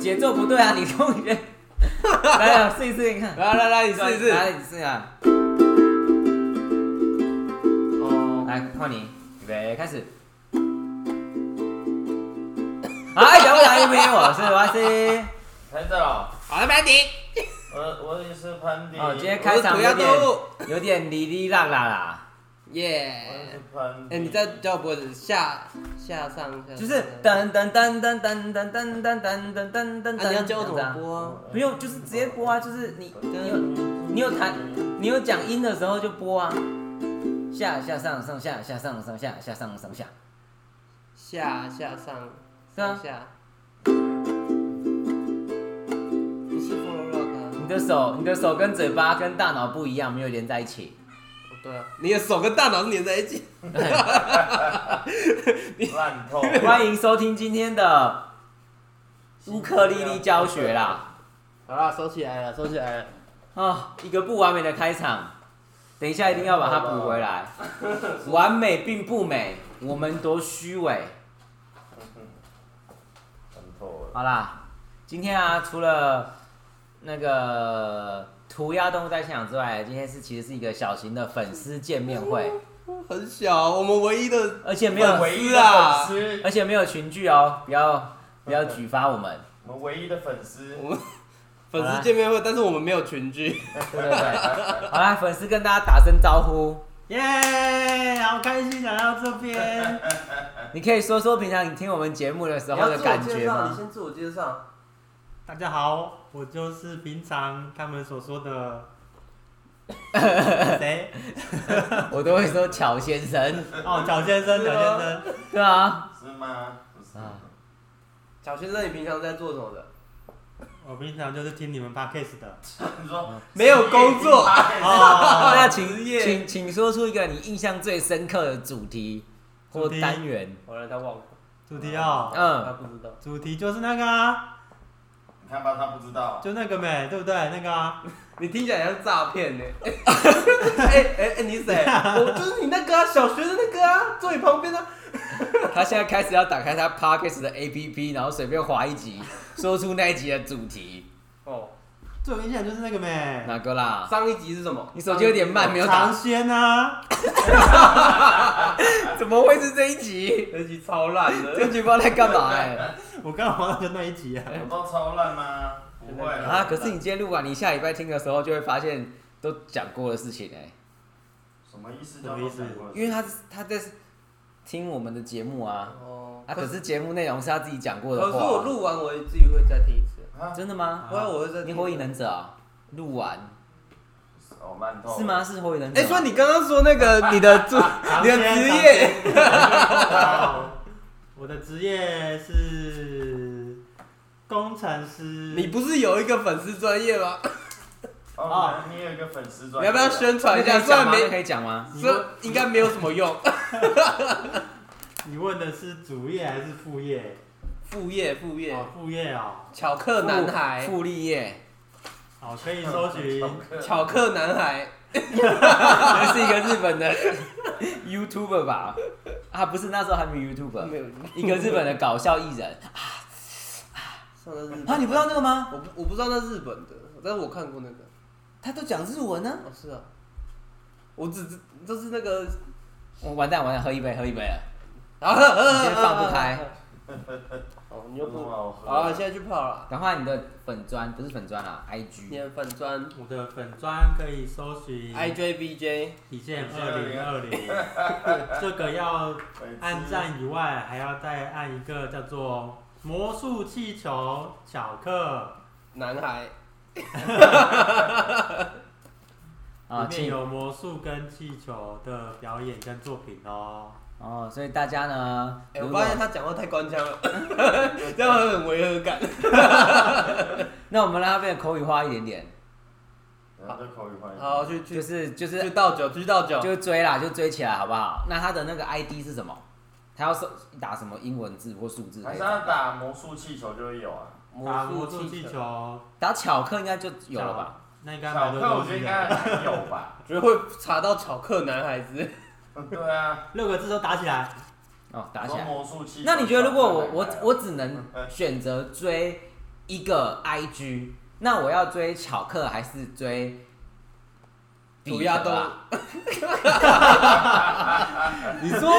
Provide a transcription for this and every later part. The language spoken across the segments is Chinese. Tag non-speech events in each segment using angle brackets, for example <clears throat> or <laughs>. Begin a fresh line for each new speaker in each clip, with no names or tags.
节奏不对啊，你空弦。来来，试一试给你看。
来来来，你试一试。
来，你试啊。
哦，
来，换你，预备，开始。哎，等我来一遍，我是瓦西。
潘正老，
好了，班迪，
啊我我也是潘迪。
哦，今天开场有点
我
有点哩哩啦啦啦，
我也
耶
是！潘迪。
哎，你再叫脖子下下上下，
就是噔噔噔噔噔噔噔噔噔噔噔噔。
啊，你要教我怎
这样
么
子啊？
播啊？
不用，就是直接播啊，就是你你有你有弹，你有讲音的时候就播啊。下下上上下下上上下下上上下，
下下上
是啊
上下，不是 follow rock 啊？
你的手你的手跟嘴巴跟大脑不一样，没有连在一起。
哦对啊，你的手跟大脑是连在一起。
烂透。
欢迎收听今天的乌克丽丽教学啦！
好啦，收起来了，收起来了。
啊，一个不完美的开场，等一下一定要把它补回来。完美并不美，我们多虚伪。
烂透了。
好啦，今天啊，除了那个涂鸦动物在现场之外，今天是其实是一个小型的粉丝见面会，
很小，我们唯一的
而且没有
我们唯一的
啊
粉丝，
而且没有群聚哦，不要不要举发我们，
我们唯一的粉丝。
我们粉丝见面会，但是我们没有群聚。
对对对。好啦，粉丝跟大家打声招呼。
耶好开心来到这边。
<laughs> 你可以说说平常你听我们节目的时候的感觉吗？
先自我介绍。
大家好，我就是平常他们所说的
<laughs>
谁？
我都会说乔先
<laughs>
生，
哦，蒋先生，蒋先生，
对啊，
<laughs> 是吗？不是。
啊
小先生，你平常在做什么的？
我平常就是听你们 podcast 的。
你说
没有工作
哦，
那请
职业
请请说出一个你印象最深刻的主题或
主题
单元。
我让他忘了，
主题哦，
他
嗯，
不知道。
主题就是那个啊，
你看吧，他不知道。
就那个呗，对不对？那个啊，
你听起来像诈
<laughs>
骗呢。哎哎哎，你谁？我就是你那个啊，小学的那个啊，坐你旁边的。
他现在开始要打开他 podcast 的 APP，然后随便划一集，说出那一集的主题，
哦，
最有印象就是那个呗，
哪个啦？
上一集是什么？
你手机有点慢，没有
尝
打，
鲜啊，
怎么会是这一集？
那集超烂
这
的。
集不知道在干嘛哎、
我刚好就那一集啊。
我都超烂吗？不会啦
啊，可是你今天录完，你下礼拜听的时候就会发现都讲过的事情哎、
什么意思？
什么意思
因为他是他在听我们的节目啊，
哦
啊，可是节目内容是他自己讲过的
可
话。
是我录完，我自己会再听一次。
啊，
真的吗？
啊
不然我会再听。
你火影忍者啊，录完
哦，烂透。
是？吗？是火影忍者
哎、
吗？
所以你刚刚说那个你的主你的职业，
好我的职业是工程师。
<laughs> 你不是有一个粉丝专业
<laughs>
吗？
哦，你有一个粉丝专业。
你要不要宣传一下？
<laughs> 那可以讲吗？
虽然
那
没，
可以讲吗？
你
这应该没有什么用。
<laughs>
你问的是主业还是副业？
副业，副业，
哦，副业哦，
巧克男孩，
傅立叶，
好，可以
<laughs>
搜寻
巧克男孩，
那是一个日本的 YouTuber 吧？啊，不是，那时候还没 YouTuber，
没有
一个日本的搞笑艺人
上到日本
啊，你不知道？那个吗？
我不我不知道那是日本的，但是我看过那个。
他都讲日文呢。
哦，是啊，我只知就是
<laughs>
那个，
我哦完蛋完蛋，喝一杯喝一杯了。
啊，
你先放不开。
哦，你又
有什么
不，
好喝？
好了，现在去泡了。
赶快你的粉砖不是粉砖啊啦
你
，IG
的粉砖
我的粉砖，可以搜
嗯
寻
IJBJ，
底线二零二零。这个要按赞以外，还要再按一个叫做魔术气球巧克，
男孩，
啊，
里面
请
有魔术跟气球的表演跟作品哦。
哦，所以大家呢，
哎、
如
我
果
发现他讲话太官腔
<laughs>
了，这样会很违和感。
那我们让它变得口语化一点点，
好的口语欢迎。
好，去
就
去
是 <laughs> 就是
去倒酒，去倒酒。
就追啦，就追起来好不好？那他的那个 ID 是什么？他要搜打什么英文字或数字可
还
以
是
找？
要打魔术气球就会有啊。
打魔术气
球，
球，
打巧克应该就有了吧？
那应该
巧
蛮
克
多
力我
东
觉得应
西的。
该还有
<laughs>
吧。
觉得会查到巧克男孩子。
对啊，
六个字都打起来，
哦，打起
说
来。
魔术气球。
嗯
那你觉得如果我我我只能选择追一个 IG，那我要追巧克还是追彼
主
得
要都
啊？ <laughs>
你说，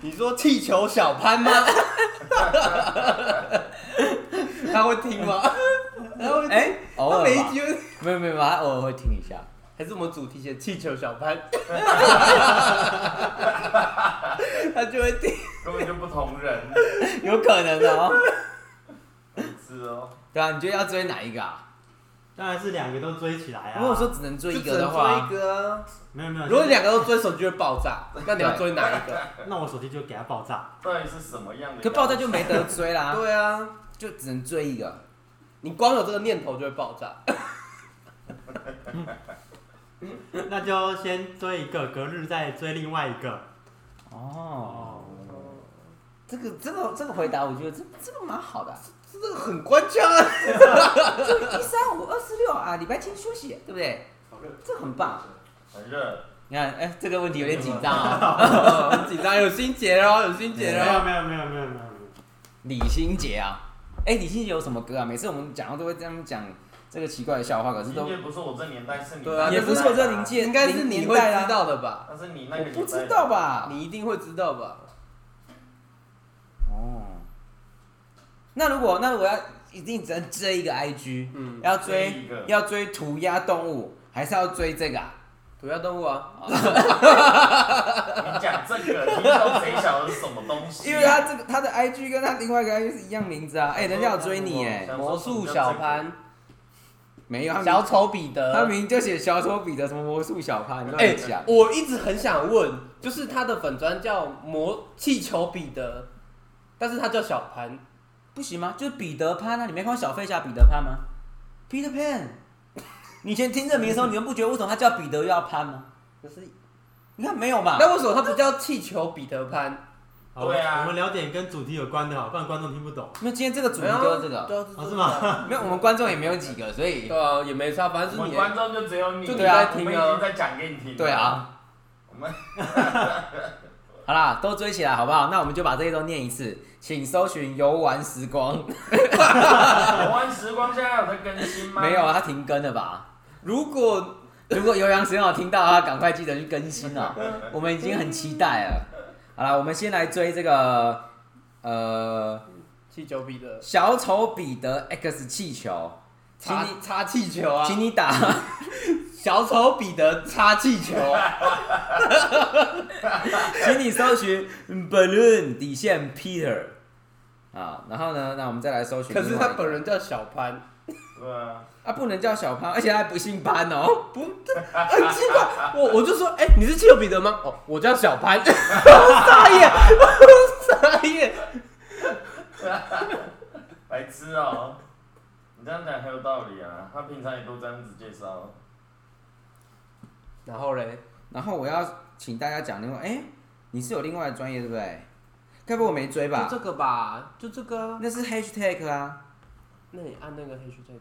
你说气球小潘吗？ <laughs> 他会听吗？ <laughs> 他会听
哎、偶
他
尔
每一
吧
集会
没有没有，他偶尔会听一下。
还是我们主题写气球小潘，
<laughs>
他就会听，
啊根本就不同人，
有可能的哦。
是哦，
对啊，你觉得要追哪一个啊？
当然是两个都追起来啊。
如果说只能追一
哎就
个
只
的
能
话，
追一个啊。
没有没有，
如果两个都追，手机会爆炸。
<laughs>
那你要追哪一个？
那我手机就给它爆炸。
到底是什么样的？
可爆炸就没得追啦， <laughs>
对啊，
就只能追一个。
你光有这个念头就会
<laughs>
爆炸。
那就先追一个，隔日再追另外一个。
哦，
哦，
这个这个这个回答，我觉得这这个蛮好的啊、
这个很官腔啊！
一三五二四六啊，礼拜天休息，对不对？这很棒。
很热，
你看，哎、这个问题有点紧张
<laughs>
啊、
很紧张，有心结哦，有心
没
结
有
哦。
没有没有没有没有，
李心洁啊，哎、李心洁有什么歌啊？每次我们讲到都会这样讲这个奇怪的笑话，可是
今
都
天不是我这年代，是你
对啊
也不是我这
年
临
代
界，
应该是你
年
会
代啊
知，道的吧？
但是你那个
我
年代
不知道？吧？
你一定会知道吧？
哦，那如果那我要一定只能追一个 IG，
嗯，
要
追
追
一个
要追涂鸦动物，还是要追这个啊？
涂鸦动物啊，
你讲这个，你到谁晓得是什么东西？
<laughs> 因为他这个他的 IG 跟他另外一个 IG 是一样名字啊，哎、人家有追你哎、
想
魔
说
术小潘、
没有，他
小
明
丑彼得。
他明明就写小丑彼得什么魔术小潘，你
哎、
乱讲。
我一直很想问，就是他的粉砖叫魔气球彼得，但是他叫小潘，
不行吗？就是彼得潘啊！你没看过小飞侠彼得潘吗？Peter Pan，你以前听这名的 <laughs> 时候，你们不觉得为什么他叫彼得又要潘吗？
可是
你看没有嘛？
那为什么他不叫气球彼得潘？
好
对啊
我们聊点跟主题有关的好，不然观众听不懂。
因为今天这个主题就是这个，
对啊
哦是吗？
没有我们观众也没有几个，所以
对啊，也没差，反
我
正是
们
你。
观众就只有你，
就
你在
听啊
我们已经在讲给你听。
对，啊，
我们
<laughs> 好啦，都追起来好不好？那我们就把这些都念一次，请搜寻游玩时光。
台湾时光现在有在更新吗？
没有，啊，它停更了吧？
如果
如果游洋时光有听到啊，赶快记得去更新啊，我们已经很期待了。好啦，我们先来追这个呃
气球彼得
小丑彼得 X 气球，请
擦
你
擦气球啊，
请你打。
小丑彼得擦气球，啊
<laughs> 请你搜寻 balloon 底线 Peter 啊，然后呢，那我们再来搜寻
可
另外一
是
个。
他本人叫小潘，
对啊，
啊，不能叫小潘，而且他还不姓潘哦。
不， <laughs> 很奇怪。我我就说，哎、你是气球彼得吗？哦，我叫小潘， <laughs> 我傻眼，我傻眼。
白痴哦、你这样讲很有道理啊，他平常也都这样子介绍。
然后嘞，
然后我要请大家讲另外，哎、你是有另外的专业对不对？该不会我没追吧
就？这个吧，就这个啊。
那是 hashtag 啊
那你按那个黑去这个。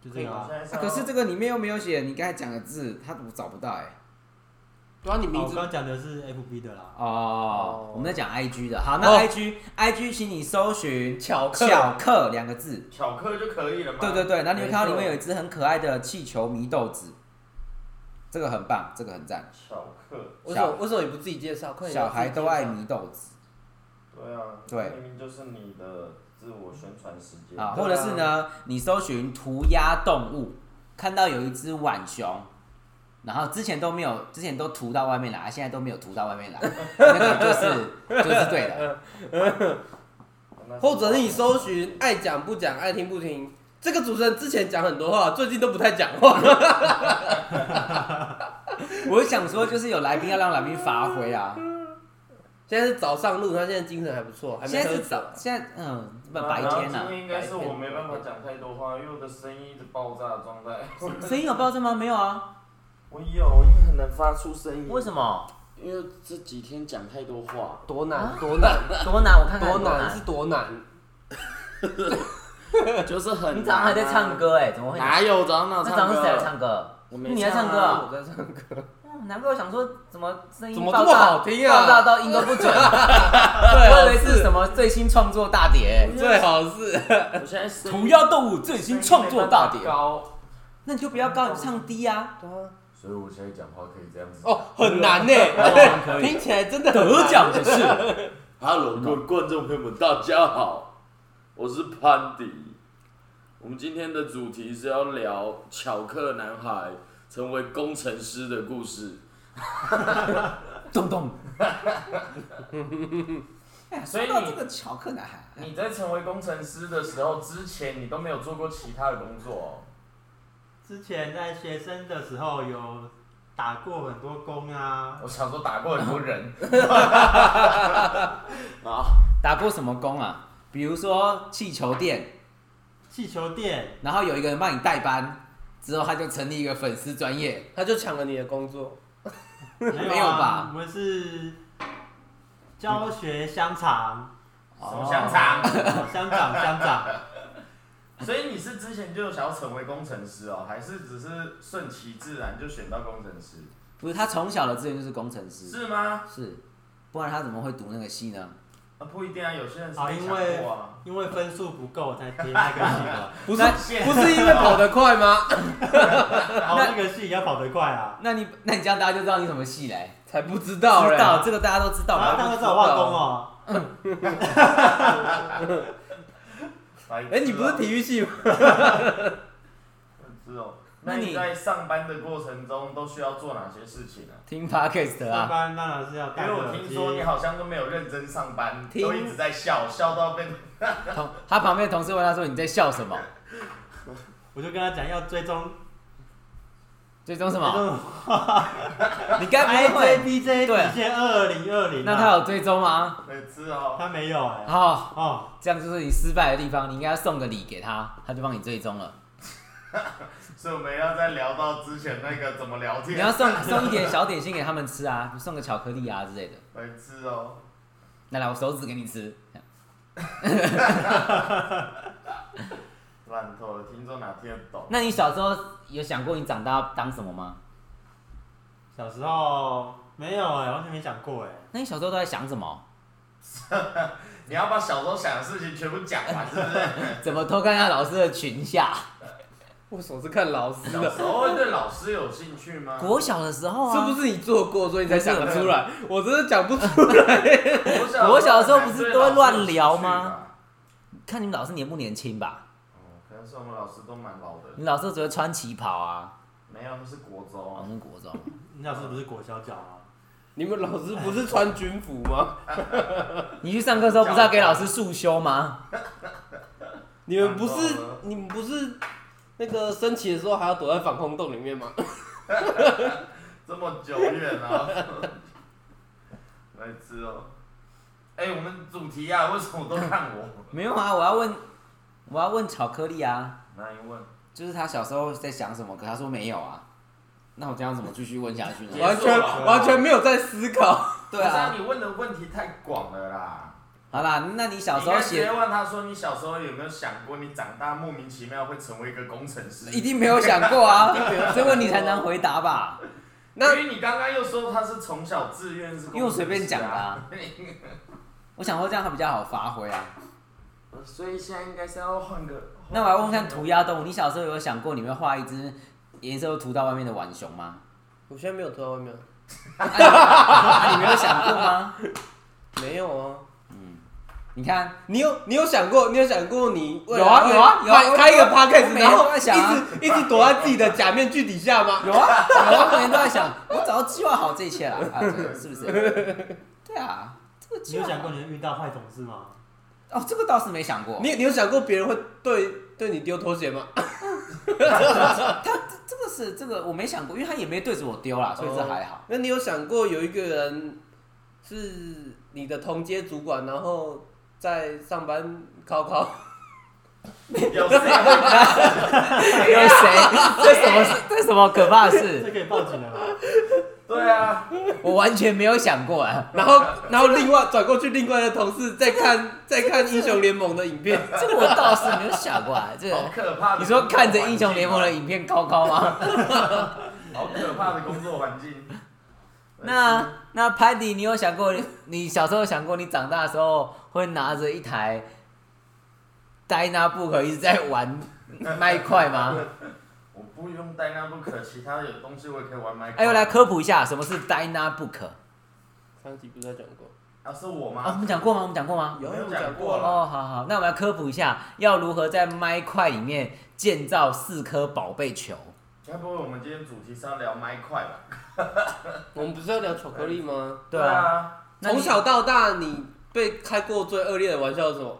就这个
我
啊
现。在
啊可是这
个
个里面又没有写你刚才讲的字，他我找不到哎、
对啊，你
哦
名
我
字
刚刚讲的是 FB 的啦。
哦
哦，
我们在讲 IG 的，好，那
哦
IG、IG，请你搜寻
巧克
巧克两个字，
巧克就可以了嘛。
对对对，然后你会
没
看到里
错
面有一只很可爱的气球迷豆子，这个很棒，这个很赞，
巧克，
为什么为什么你不自己介绍？快点
小孩都爱迷豆子
对啊，
对
明明就是你的自我宣传时间。
啊，
对啊
或者是呢，你搜寻涂鸦动物，看到有一只浣熊。然后之前都没有，之前都涂到外面来，啊现在都没有涂到外面来，那个
<laughs>
就是就是对的。
那
或者是你搜寻爱讲不讲，爱听不听。这个主持人之前讲很多话，最近都不太讲话。
我想说，就是有来宾要让来宾发挥啊。
现在是早上录，他现在精神还不错，还没
现在
喝
是
酒
早，。现在嗯，不
啊
白天
然
呐、
后今天应该是
白天
我没办法讲太多话，因为我的声音一直爆炸的状
<laughs>
态。
啊，声音有爆震吗？没有啊，
我有，我很难发出声音
为什么？
因为这几天讲太多话，
多难，多难，
多难，我看看
啊 <laughs> 多难是多难。
就是很。
你早上还在
啊
唱？歌哎、怎么会？
哪有早上哪有
那
唱
早上谁来啊
歌？
唱歌？
我没
你来唱歌、
啊
啊？
我在唱歌，
嗯难怪我想说怎么声音
怎么
爆
这么
炸
好听啊
爆炸到音都不 <laughs> 准，我以
对
为是什么最新创作大碟，
最好是
我现在声音
涂鸦动物最新创作大
声音没办
碟
法，高，
那你就不要高，你就唱低啊，
所以我现在讲话可以这样子。
哦，很难呢
哇可，以
听起来真的很
得
难
奖的是嗯
Hello，各位观众朋友们，大家好，我是潘迪。我们今天的主题是要聊巧克男孩成为工程师的故事。
咚咚。 <laughs> 哎呀
所以
说到
你
这个巧克男哎孩，
你在成为工程师的时候，之前你都没有做过其他的工作、哦，
之前在学生的时候有打过很多工啊，
我想说打过很多人。 <laughs> 好，
打过什么工啊？比如说气球店，
气球店，
然后有一个人帮你代班，之后他就成立一个粉丝专业，
他就抢了你的工作，
没有吧
啊？我们是教学香肠，
什么香肠？
哦香肠香
啊
肠，
所以你是之前就想要成为工程师哦，还是只是顺其自然就选到工程师？
不是他从小的志愿就是工程师，
是吗？
是，不然他怎么会读那个系呢？
啊，不一定啊，有些人是
啊
被
因
强
为
迫啊。
因为分数不够才填那个
<laughs>
系的，
不是
那
不是因为跑得快 <laughs> 吗？
跑那个系要跑得快啊。
那你那你这样大家就知道你什么系嘞？
才不知道嘞
知，道这个啊大家都知道
啊然后
吧？
他们找化工哦，
白痴哦
哎，你不是体育系吗？
白痴哦？
那
那
你
你在上班的过程中都需要做哪些事情啊？
听 podcast
上
啊，
班当然是要
因
戴
为我
耳机。
听说你好像都没有认真上班，都
听
一直在笑，笑到被
同他旁边的同事问他说你在笑什么？
我就跟他讲要追踪
最终什
追
么？
踪
你该不
I
会
J B J
对
底线二零二零。啊
那他有追踪吗？
白痴哦。
他没有哎。
哦，
哦，
这样就是你失败的地方，你应该要送个礼给他，他就帮你追踪了。
所以我们要再聊到之前那个怎么聊
你要
天，
送送一点小点心给他们吃啊，送个巧克力啊之类的。
白痴哦。
来来，我手指给你吃。
烂透了，听众哪听得懂？ <laughs>
那你小时候有想过你长大要当什么吗？
小时候没有哎，完全没想过哎。
那你小时候都在想什么？
你要把小时候想的事情全部讲完，是不是？
怎么偷看一下老师的裙下？
我总是看老师
小
的，
时候会对老师有兴趣吗？
国小的时候啊，
是不是你做过，所以你才想得出来？我真的讲不出
国
国
小的
小的时候
很
不
难
是
对
都会
老师
乱
有兴
聊
趣
吗
吧？
看你们老师年不年轻吧？
哦，可能是我们老师都蛮老的。
你老师只会穿旗袍啊，
没有，那是国中
我
啊。
们国中。
你老师不是裹小脚啊？
<laughs> 你们老师不是穿军服吗？
你去上课的时候不是要给老师束修吗？
你们不是你们不是那个升旗的时候还要躲在防空洞里面吗？
这么久远啊！ <laughs> 来吃哦。哎、我们主题啊，为什么都看我？
没有啊，我要问，我要问巧克力啊，
<laughs> 那你问，
就是他小时候在想什么，可他说没有啊。那我这样怎么继续问下去
结束
呢？
了
完全完全没有在思考。
对
不是
啊，
你问的问题太广了啦。
好啦，那你小时
你应
候
该直接
写
问他说，你小时候有没有想过，你长大莫名其妙会成为一个工程师？
一定没有想过啊， <laughs> 这问题才难回答 <laughs> 吧？
那
因为你刚刚又说他是从小志愿是工程师、
因为我随便讲的
啊。
啊。我想说这样他比较好发挥啊。
所以现在应该是要换个。
那我来问看涂鸦动物，你小时候有想过你会画一只颜色都涂到外面的浣熊吗？ <laughs>
我现在没有拖到外面，
啊，你没有想过吗？
没有啊。
你看，
你有你有想过你有想过你未来
有啊有啊
会
有啊
开
我
开一个
我
podcast，
每天
然
都
后
在
一
想啊
直一直躲在自己的假面具底下吗？
有啊，有啊，我每天都在想，我早就计划好这一切了啊，对是不是？对啊，这个
你
计划
有想过你会遇到坏同事吗？
哦，这个倒是没想过。
你你有想过别人会对对你丢拖鞋吗？
哦他这这个是这个我没想过，因为他也没对着我丢啦，所以
哦
这还好。
那你有想过有一个人是你的同阶主管，然后在上班考考？
有谁会
有谁？这什么事？这什么可怕的
这
事？
可以报警了吧？
对啊，
我完全没有想过啊！
<laughs> 然后，然后另外转过去，另外的同事在看在看英雄联盟的影片，
这个我倒是没有想过啊。这
好
个
可怕的！
你说看着英雄联盟的，影片高高吗？
好可怕的工作环境。
那那潘迪，你有想过你你小时候有想过你长大的时候会拿着一台 Dynabook 一直在玩麦块 <laughs> 吗？
我不用 Dynabook，其他有东西我也可以玩 Minecraft。
哎呦，来科普一下什么是 Dynabook
上集不是在讲过？
啊，是我
啊？我
吗？
们讲过吗？我们讲过吗？
有
没有
讲过了
哦，好好，那我们来科普一下，要如何在麦块里面建造四颗宝贝球？
该不会我们今天主题是要聊麦块吧？
我们不是要聊巧克力吗？
对啊，
啊，
那你
从小到大，你被开过最恶劣的玩笑是什么？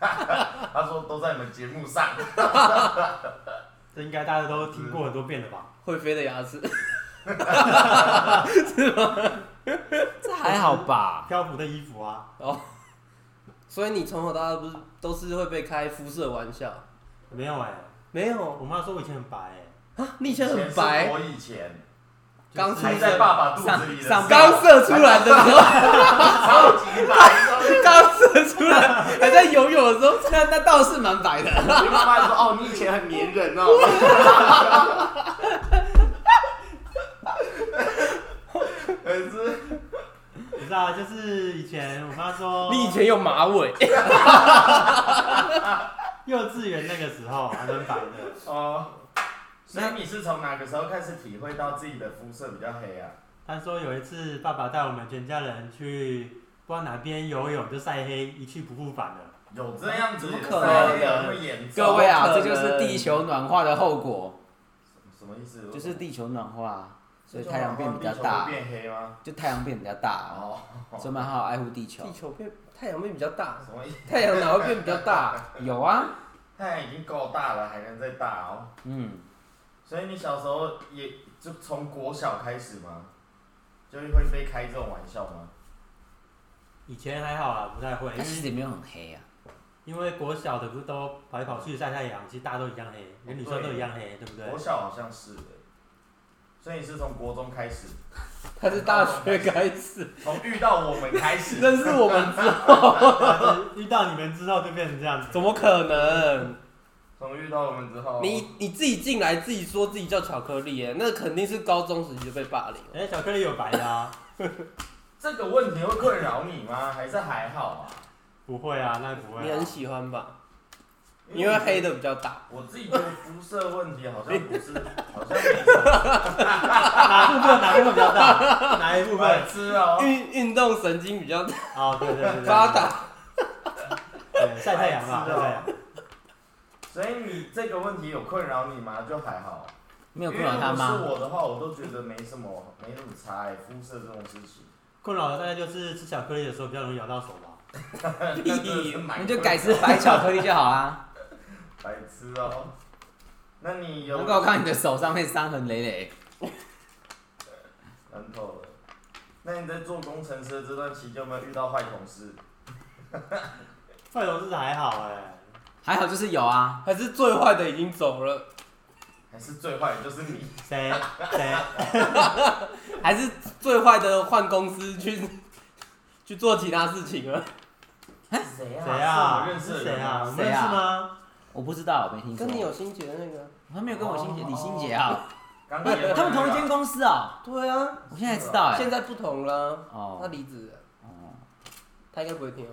他说都在你们节目上。
这应该大家都听过很多遍了吧？
会飞的牙齿，
这还好吧？
漂浮的衣服啊，
<laughs> 所以你从小到大不是都是会被开肤色玩笑？
没有哎、
没有
我妈说我以前很白哎、
啊，你以前很白，
我以前
刚出
还
生
在爸爸肚子里的时
上
候，
上
刚射出来的时候，
超级白。
刚射出来，还在游泳的时候，那那倒是蛮白的。
你妈妈说：“哦，你以前很粘人哦。”可是
不是啊，就是以前我妈说，
<laughs> 你以前哎有马尾， <laughs>
幼稚园那个时候还蛮白的，
哦，所以你是从哪个时候开始体会到自己的肤色比较黑啊？
她说有一次爸爸带我们全家人去不知道哪边游泳就晒黑，一去不复返了。
有这样子
怎么
有
可
晒黑
能
那么严重？
各位啊，
怎
这
么
就
可能
是地球暖化的后果，
什么意思？
就是地球暖化，所以
就
太阳变比较
地球会
大，
变黑吗？
就太阳变比较大，
哦，
所以我们好好爱护地球
地。球变太阳变比较大，
什么意思？
太阳哪会变比较大？
有啊，
太阳已经够大了，还能再大哦。
嗯，
所以你小时候也就从国小开始吗？就会被开这种玩笑吗？
以前还好啊啦，不太
哎
会，
它其
因
实
为
也没有很黑啊。
因为国小的不是都跑来跑去晒太阳，其实大家都一样黑，连女生都一样黑，对不对
国？小好像是的，所以你是从国中开
<laughs>
始，
他是大学开始
从遇到我们开
<laughs>
始。
认识我 <laughs> 们之后，
<laughs> 但是遇到你们之后就变成这样子。
<laughs> 怎么可能？
从遇到我们之后，
你你自己进来自己说自己叫巧克力耶，那肯定是高中时期就被霸凌了。
哎、巧克力有白的啊？
这个问题会困扰你吗？还是还好啊？
不会啊，那不
你
会、
很
啊。
喜欢吧？因为黑，的比较大。
我自己觉得肤色问题好像不
<laughs>
是，好像没什么
哪啊部分哪部分比较大？哪一部分
<laughs> 白？痴
<laughs>
哦。
运运动神经比较
哦，对对对对，
发达，
对，晒太阳嘛，晒太阳。
所以你这个问题有困扰你吗？就还好。
没有困扰他
因为如
吗？
果是我的话，我都觉得没什么，没什么差、欸，肤色这种事情。
困扰的大概就是吃巧克力的时候比较容易咬到手吧。
<laughs> 屁
你就改吃白巧克力就好啊
<laughs>
啦。
白痴哦。那你有
难怪我看你的手上面伤痕累累。
难透了。那你在做工程师的这段期间有没有遇到坏同事？
坏同事还好哎、
还好就是有啊，
还是最坏的已经走了。
还是最坏的就是
<laughs>
你？
谁 <laughs> 谁？
还是最坏的换公司去 <laughs> 去做其他事情了。
谁
谁啊？
是我认识的
是
人
谁啊？我
吗？
们认识吗？
我不知道，我没听说。
跟你有心结的那个，
他没有跟我心姐
哦
李心姐啊，
刚
不
刚
是他们同一间公司啊。
对啊，
我现在才知道哎。
现在不同了，他
哦
离职了，
哦，
他应该不会听啊。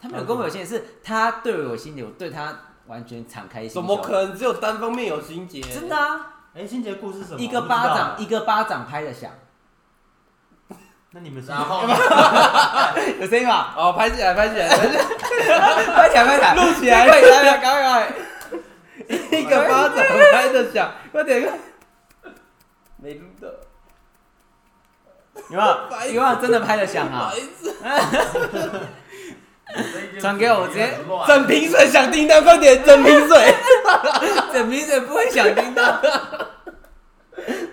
他没有跟我有心结，是他对我有心结，我对他完全敞开心胸。
怎么可能只有单方面有心结？
真的啊，
哎、心杰故事是什么？
一个巴
我
掌
不知道。
一个巴掌拍的响，
那你们是
然
<laughs>
后
有声音吧？
哦，拍起来，拍起来，拍起来
快起来，快起来，
录起来
快起来，赶快，赶快！
一个巴掌拍的响，快点快。没录到，
有没
哎
有？有没有真的拍的响啊 <laughs>
白？痴
这一间
传给我我直接
很乱
整瓶水响叮当，快点整瓶水，
整瓶水不会响叮当。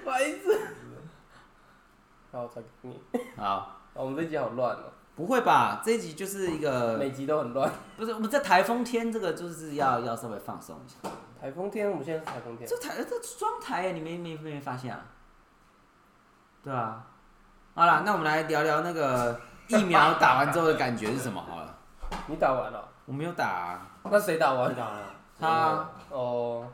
白痴。好，我传给你。
好，
好我们这集好乱哦，
不会吧？这一集就是一个
每，集都很乱。
不是我们在台风天，这个就是要要稍微放松一下。
台风天，我们现在是台风天。
这台这双台耶，你没没没发现啊？对啊，好啦，那我们来聊聊那个疫苗打完之后的感觉是什么好 <laughs> 了。
你打完了？
我没有打啊、
那谁打完？
知道了。
他
哦，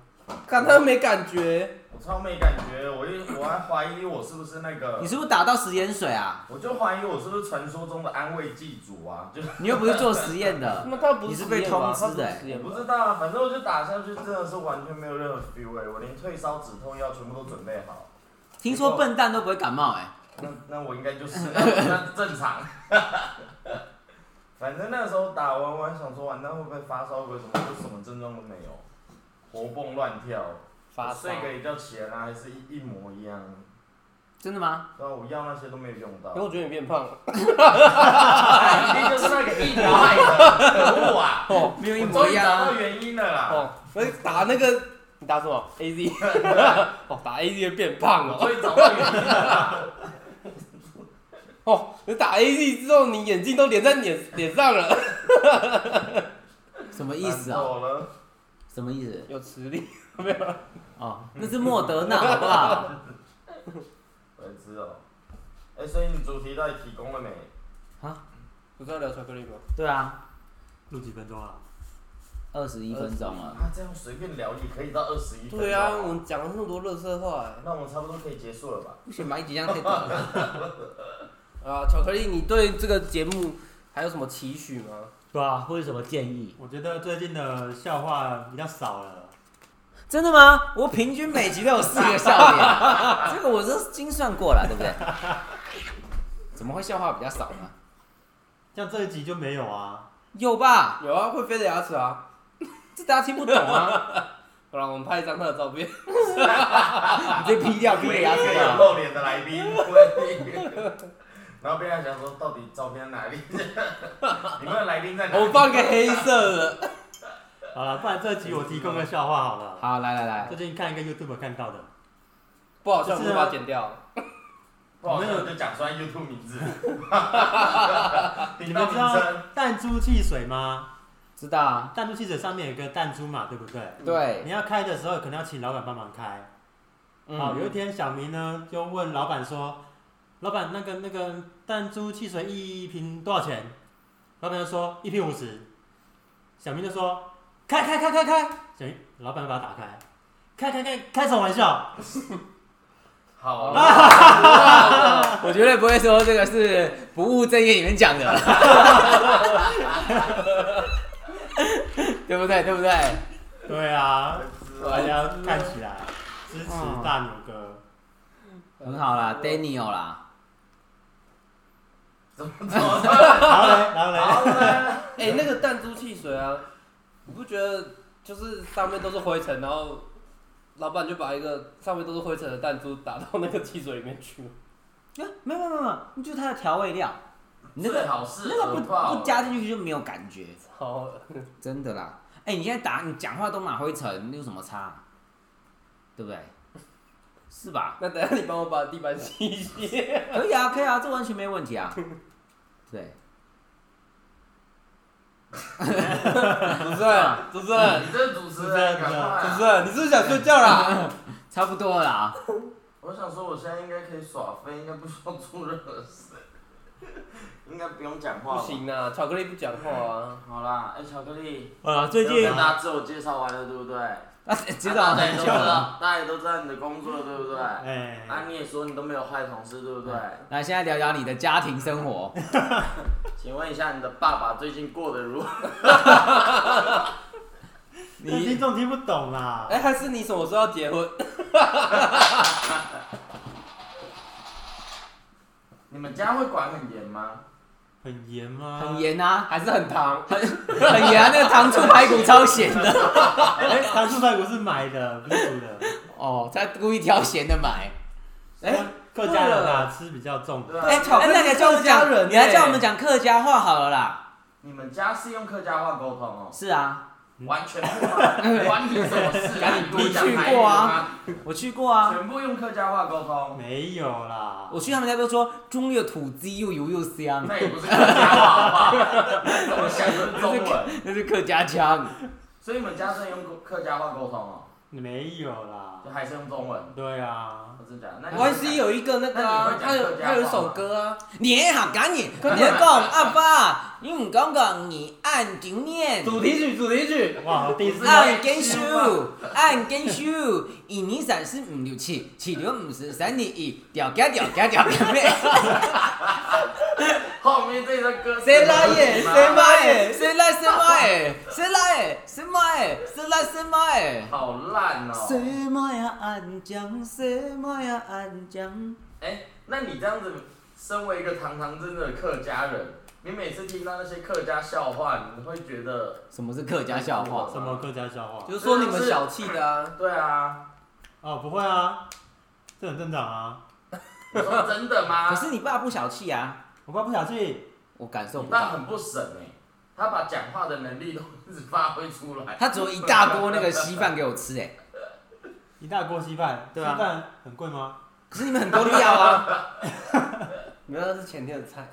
看他又没感觉，
我超没感觉，我一我还怀疑我是不是那个
你，是不是打到食盐水啊？
我就怀疑我是不是传说中的安慰剂组啊，就
你又不是做实验的， <laughs>
那他不
你是
实
被
验吧
通
他
知
不是
的欸
实验吧
不知道啊，反正我就打下去真的是完全没有任何 feel 哎、我连退烧止痛药全部都准备好，
听说笨蛋都不会感冒哎、
那那我应该就是那正常。 <laughs> 反正那时候打完，我还想说，完蛋会不会发烧个什么，就什么症状都没有，活蹦乱跳，
发烧
睡个一觉起来啦，还是一一模一样。
真的吗？
对啊，我药那些都没有用到
可，
<laughs>
我觉得你变胖了，
肯定就是那个疫苗害的，可恶 <laughs> 啊！
哦
没有一
我
模
终
一
于
样
找
啊
到！原因了啦，
哦，那打那个你打什么 A Z，哦打 A Z 变胖
我
了，
终于找到原因了啦。
哦你打 A Z 之后你眼镜都连在脸 <laughs> 脸上了，
什么意思啊？
走了，
什么意思？
有磁力， <laughs>
哦，那是莫德纳好不 <laughs> 好？
我也知道。哎、所以你主题到底提供了没？啊
不是要聊巧克力吗？
对啊，
录几分钟啊？
二十一分钟了，
啊，这样随便聊也可以到二十一。
对啊，我们讲了这么多乐色话哎。
那我们差不多可以结束了 <laughs> 吧？
不行吧？一集这样太短了。
啊，巧克力，你对这个节目还有什么期许吗？
对啊，或者什么建议？
我觉得最近的笑话比较少了，
真的吗？我平均每集都有四个笑 <laughs> 点，这个我是精算过了，对不对？怎么会笑话比较少呢？
像这一集就没有啊。
有吧？
有啊，会飞的牙齿啊。
这大家听不懂啊！
<laughs> 好了，我们拍一张他的照
<laughs> 你
片。
这 P 掉 P 的牙
一
齿
个有
啊！
露脸的来宾，啊 <laughs> 然后被他讲说到底照片在哪 <laughs> 里？你们的来宾在哪里？
我放个黑色的。
好了，不然这集我提供个笑话好了。
好，来来来，
最近看一个 YouTube 看到的，
不好笑，我们就
啊
把它剪掉。
不好笑就讲出来 YouTube 名 <laughs> 字，
你
频道
们
名
知道
称。
弹珠汽水吗？
知道啊？
弹珠汽水上面有个弹珠嘛，对不对？
对，
你要开的时候，可能要请老板帮忙开。好，有一
嗯，
天小明呢就问老板说：“老板，那个那个弹珠汽水一瓶多少钱？”老板就说：“一瓶五十。”小明就说：“开开开开开！”小明老板就把它打开，开开开，开什么玩笑？
好了，
啊
我绝对不会说这个是不务正业里面讲的， <laughs> 对不对？对不对？
对啊，大
哎呀
家看起来支持大牛哥。
很好啦，Daniel 啦，
怎么怎么？
然后嘞，然后嘞，
好了，
哎，那个弹珠汽水啊，你不觉得就是上面都是灰尘，然后老板就把一个上面都是灰尘的弹珠打到那个汽水里面去吗？ <laughs>
啊没有没有没有没有，那就是它的调味料，你那
最
个
好是
<laughs> 那个
核
不
爆
不加进去就没有感觉，
好，
真的啦。哎，你现在打你讲话都满灰尘，有什么差啊？对不对？是
<laughs>
吧？
那等一下你帮我把地板洗一洗。
可以啊，可以啊，这完全没问题啊。对，
主持人，主持人，
你这主持
是这样
人，
子
赶快
主
啊
持！人，你是不是想睡觉啦？
差不多了啊。 <laughs>
我想说，我现在应该可以耍飞，应该不需要做任何事，应该不用讲话
不
吧。
行啊，巧克力不讲话啊。
好啦，哎、巧克力，
呃，最
跟
近
大家自我介绍完了，对不对？
那接
啊大家也都
着很
知
久了。
道，大家也都知道你的工作，对不对？
哎，
啊，你也说你都没有坏同事，对不对？
<laughs> 来，现在聊聊你的家庭生活。
请问一下，你的爸爸最近过得如何？
那听众听不懂啦。
哎，还是你什么时候要结婚？
<laughs> 你们家会管很严吗？
很严吗？
很。严啊，
还是很糖？
很严啊，那个糖醋排骨超咸的。
哎，糖醋排骨是买的，不是煮的。
哦，他故意挑咸的买。
哎，
客家人啊，吃比较重的。
对啊，
哎，
巧克力
那你还叫我们
客家人
讲，你来
欸
叫我们讲客家话好了啦。
你们家是用客家话沟通哦，
是啊，
完全不管，
哎
管你什么事啊？你跟我讲
你去
台语
过
吗
啊？ <laughs> 我去过啊，
全部用客家话沟
<laughs>
通，
没有啦，
我去他们家都说中药土鸡又油又香，
那也不是客家话，好不好？你怎么想的是中文？
<laughs> <laughs> 那是客家腔。
所以你们家是用客家话沟通哦，
没有啦
就。还是用中文？
对啊，
我真假的？那你
关系有一个那个啊，
那
他
你会讲客
有
家话吗
他有一首歌啊，
你好，赶紧，你讲阿爸，你唔讲讲你按前面，
主题曲，主题曲，
哇，第一次
按跟数，按跟数，一二三四五六七，七六五十三二一，调加调加调加咩？
后面这首歌
谁拉耶？谁妈耶？谁拉谁妈耶？谁拉耶？谁妈耶？谁拉谁妈耶？
好烂哦、
什么呀安江，什么呀安江。
哎、
那你这样子，身为一个堂堂正正的客家人，你每次听到那些客家笑话，你会觉得，
什么是客家笑话？
什么客家笑话？
就是说你们小气的啊，
对啊，
哦，不会啊，这很正常啊。
你说真的
<laughs> 可
啊
吗？
是你爸不小气啊，
我爸不小气，
我感受
你
不
爸
到。
很不省哎、他把讲话的能力都一直发挥出来。
他煮了一大锅那个稀饭给我吃、哎，
一大锅稀饭，稀
对啊
饭很贵吗？
可是你们很多都要
<laughs>
啊。
没有，那是前天的菜。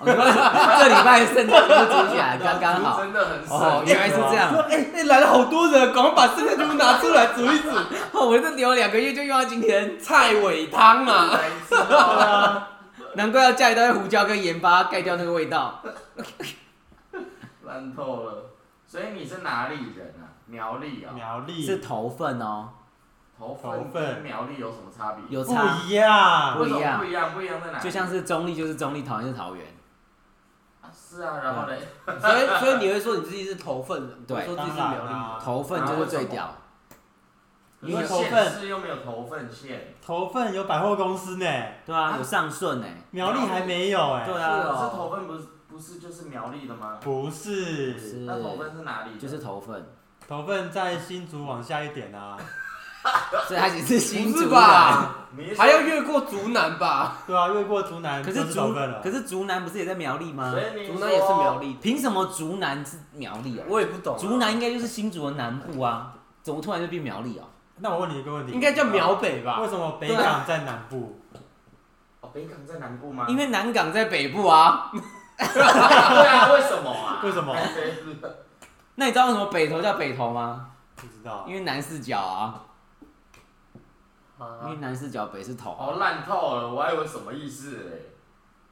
哦你们这礼拜剩的就煮起来，刚刚好。
真的很省。
哦，原来是这样。
哎、哎来了好多人，赶快把剩下全部拿出来煮一煮。
哦，我这留了两个月就用到今天，
菜尾汤啊，
没错，
对啊，
难怪要加一大堆胡椒跟盐巴盖掉那个味道。
<laughs> 烂透了。所以你是哪里人啊？苗栗啊、
苗栗
是头份哦，
头
头
份
份
跟苗栗有什么差别？
有
不
差，
一样
不，
为
一
什
样
么不一样？不一样在哪里？
就像是中立就是中立，桃园是桃园。
啊是啊，然后嘞，
所以所以你会说你自己是头份人，
对
不是说自己是
当然
苗栗。
啦，
头份就是最屌，嗯
因为
你
头
县
份
市又没有头份县，
头份有百货公司呢，
对啊，有上顺哎、
苗栗还没有哎、
对
是
啊，
哦
可是头份不是不是就是苗栗的吗？
不是，
是
那头份是哪里的？
就是头份，
头份在新竹往下一点啊，
所以它只是新
不
竹
是
人
吧？
你
还要越过竹南吧？
对啊，越过竹南
可
就是是
竹
头份了，啊
可是竹南不是也在苗栗吗
所？以你
嗯竹南也是苗
栗，
栗的，
凭什么竹南是苗栗哦？
我也不懂啊、
竹南应该就是新竹的南部啊，怎么突然就变苗栗哦？
那我问你一个问题，啊
应该叫苗北吧？
为什么北港在南部？
哦，北港在南部吗？
因为南港在北部啊。
<laughs> 对啊，为什么啊？
<laughs> 为什么
哎对是
那你知道为什么北投叫北投吗？
不知道
因，为南四角啊，因
啊
为南四角北是头
<laughs>
啊
好烂透了，我还以为什么意思嘞？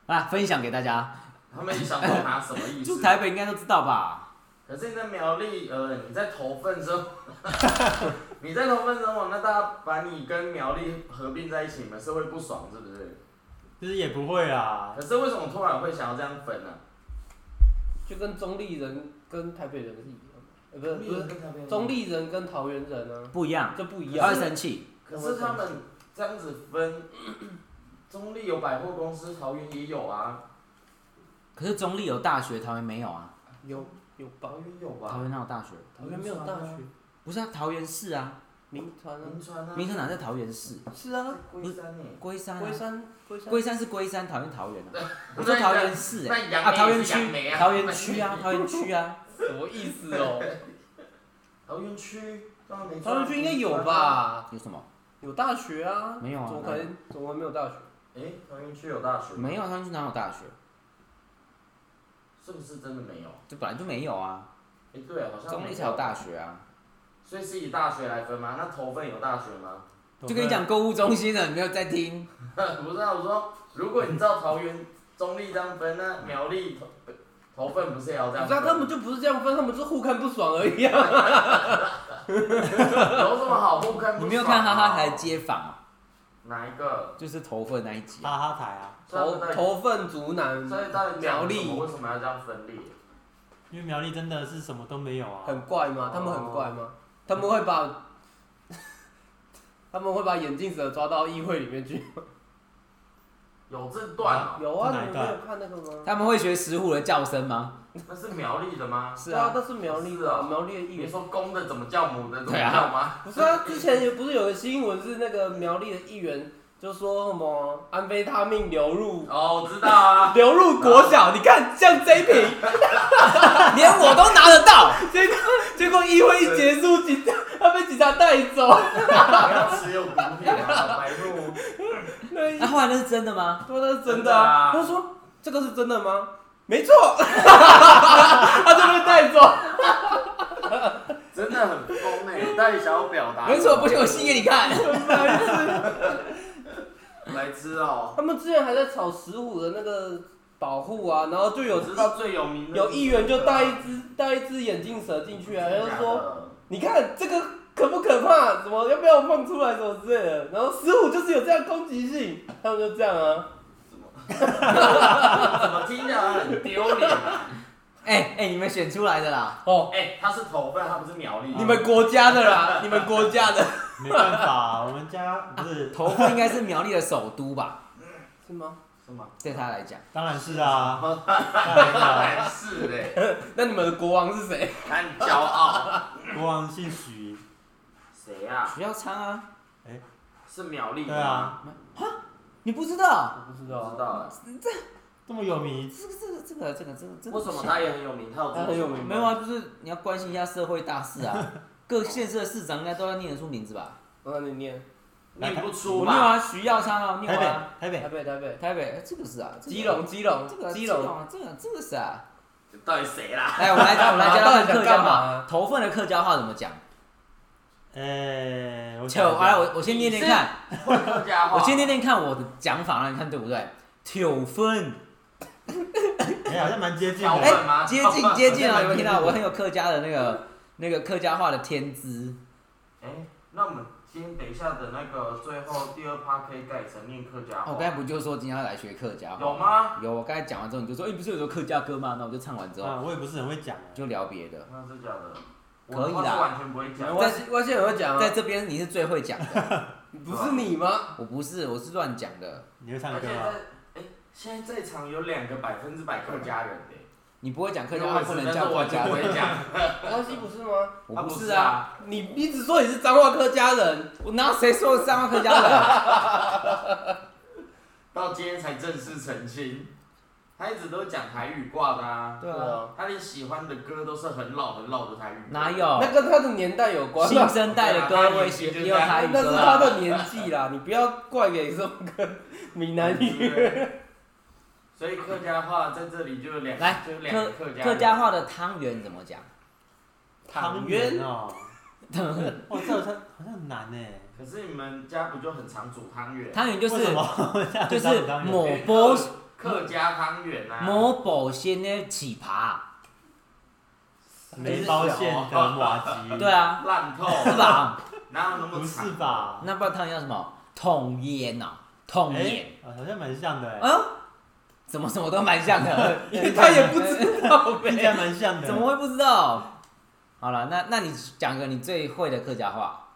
啊。分享给大家，
他们一想到拿什么意
住
<laughs>
思？
台北应该都知道吧？
可是你在苗栗，呃，你在头份生活， <laughs> 你在头份生活，那大家把你跟苗栗合并在一起，你们是会不爽是不是？
就是也不会
啊
啊啦，
可是为什么突然会想要这样分呢、啊
就跟中立人跟台北人是一样的，呃，不是不是，
是
中，立人跟桃园人呢、
不一样，
就不一
不要
样。
生气。
可是他们这样子分， <clears throat> 中立有百货公司，桃园也有啊，
可是中立有大学，桃园没有啊？
有有吧
桃？园有
桃
吧？
园哪有大学？
桃园没有大学，
不是啊，桃园市啊，
名传啊
银，川啊，
明城哪在桃园市？
是啊，
龟山欸耶，
龟山、
龟
啊，
山龟山
龟山是龟山，桃园桃园啊。我说桃园市哎、
那杨
啊，桃
梅
园
也是杨梅
区，
啊
桃园
<laughs>
区啊，桃园区啊，
什么意思哦？
桃园区，当然没
桃园区应该有？吧？
有什么？
有大学啊？
没有啊
怎么可能？怎么会没有大学？
哎、桃园区有大学？
没有，桃园区哪有大学？
是不是真的没有？
这本来就没有啊，
哎、对，好像
中
没
立才有大学啊。
所以是以大学来分吗？那头份有大学吗？ <laughs>
就跟你讲购物中心的，你没有在听。
不是啊，我说如果你照桃园中立这样分，那苗栗头头份不是也要这
你
样
知道
分？
他们就不是这样分，他们是互看不爽而已啊。
有什么好不看不爽啊？
你没有看哈哈台街访啊，
哪一个？
就是头份那一集
<laughs>
啊。
哈哈台啊，
头头份竹南
所以到底
苗栗
为什么要这样分裂？
因为苗栗真的是什么都没有啊，
很怪吗？他们很怪吗？他们会把 <laughs> 他们会把眼镜蛇抓到议会里面 <laughs> 去？
有这段哦、
有啊，
是哪
你
一
们没
段
有看那个吗？
他们会学石虎的叫声吗？
嗯
那是苗栗的吗？
是
对啊，，那是苗栗的啊，
是啊
苗栗的议
你
员。
说公的怎么叫，母的怎么
对啊
叫吗？
不是啊，之前有不是有个新闻是那个苗栗的议员就说什么安非他命流入
哦，我知道啊。
<laughs> 流入国小，你看像这一 <laughs> 瓶，
啊连我都拿得到。
结果结果议会一结束，警察他被警察带走。
不要持有毒品啊，白鹿。
那一
那、后来那是真的吗？
说那是真
真
的
的
啊
啊。
他说这个是真的吗？没错， <laughs> 他就被带走。
真的很疯哎、你到底想要表达？
没错，不信我信给你看。
来吃哦。哦
他们之前还在炒石虎的那个保护啊，然后就有
我知道最有
嗯
名的
有议员就
啊
带一只带一只眼镜蛇进去啊，他就说
说
你看这个可不可怕？什么要不要我放出来什么之类的？然后十五就是有这样攻击性，他们就这样啊。
啊怎么听起来很丢脸啊？
哎、 <laughs> 哎、你们选出来的啦，
哦，
哎，他是头份，他不是苗栗。
你们国家的
<laughs>
啦，你们国家的
没办法，啊 <laughs> 我们家不
<laughs>
是，
头份应该是苗栗的首都吧，
是吗？
什么？
对他来讲，
当然是啊，当然是
当
啊，
然是嘞，
那你们的国王是谁？
很骄傲。
国王姓许，
谁呀？
徐耀昌啊，
是苗栗。
对，啊，
你不知道
我不知
不知，道啊。
这么有名，
这个这个这个这个这个这个
为什么他也很有名？他有
他很有名
没有啊？就是你要关心一下社会大事 <laughs> 啊，各县市的市长应该都要念得出名字吧？
我让你念，
念不出
我
吧？
念啊，徐耀昌啊，我念
台
啊，
北，台北
台，北台北，
台北哎这个是啊，这个
基隆基隆
这个啊
基
基
隆
隆，啊，这个这个是啊，
到底谁
<laughs>
啦？
来我们来我们来教
到
他 <laughs>
底
们
想
客家
干
话
嘛啊，
头份的客家话怎么讲？
哎，
就
我想一下
来啊我我先念念看。
会客家话。
我先念念看我的讲法了，你看对不对？九分，
哎，好像蛮接近
啊
挑
的，
粪吗？
接近接近了，有没有听到？我很有客家的那个那个客家话的天资。
哎，那我们先等一下的那个最后第二趴可以改成念客家
哦
话。
我刚才不就说今天要来学客家话？
有吗？
有，我刚才讲完之后，你就说，哎、不是有首客家歌吗？那我就唱完之后
啊，我也不是很会讲，
就聊别的。
那是假的。
可以啦
我是完全不会讲。
我我现在有讲
在
啊，
这边你是最会讲的，
不是你吗？
我不是，我是乱讲的。
你会唱
而
歌
且在
啊
吗？
哎，现在在场有两个百分之百客家人的。
你不会讲嗯客
因
家
为
话，
我
不
是
能
但是
叫
我
客
就
家
不 <laughs>
人。
会讲。
高西不是吗？
<laughs> 我
他
不
是
是啊，，
你一直说你是彰化客家人，
我哪有谁说我是彰化客家人？
到今天才正式澄清。他一直都讲台语挂的啊，
对啊，，
他连喜欢的歌都是很老很老的台语歌。
哪
那
有？
跟他的年代有关
新
啊，
生代的歌我也喜也有台语
那是
歌
他
啊。
的年纪啦，你不要怪给这种歌闽南语。
对所以客家话在这里就有两，
来
就有两个客家
客
人
家话的汤圆怎么讲？
汤圆
<laughs>
哦，哦，这好像好像很难哎，
可是你们家不就很常煮汤圆？
汤圆就是
为什么？ <laughs> 我现在
就是
当当
抹
哎
保
客家汤圆啊，
抹保鲜的起扒，
没包馅的马吉，
对，哦啊，
烂透，
是？
<laughs>
吧？
哪有那么
不
长
是？吧？
那不然汤圆叫什么？桶烟呐，桶
哎
烟，
好像蛮像的哎，
啊？怎么什么都蛮像
<laughs>
的，
因为他也不知道
哎听起来
呗。
蛮像的，哎
怎么会不知道？好了，那那你讲个你最会的客家话，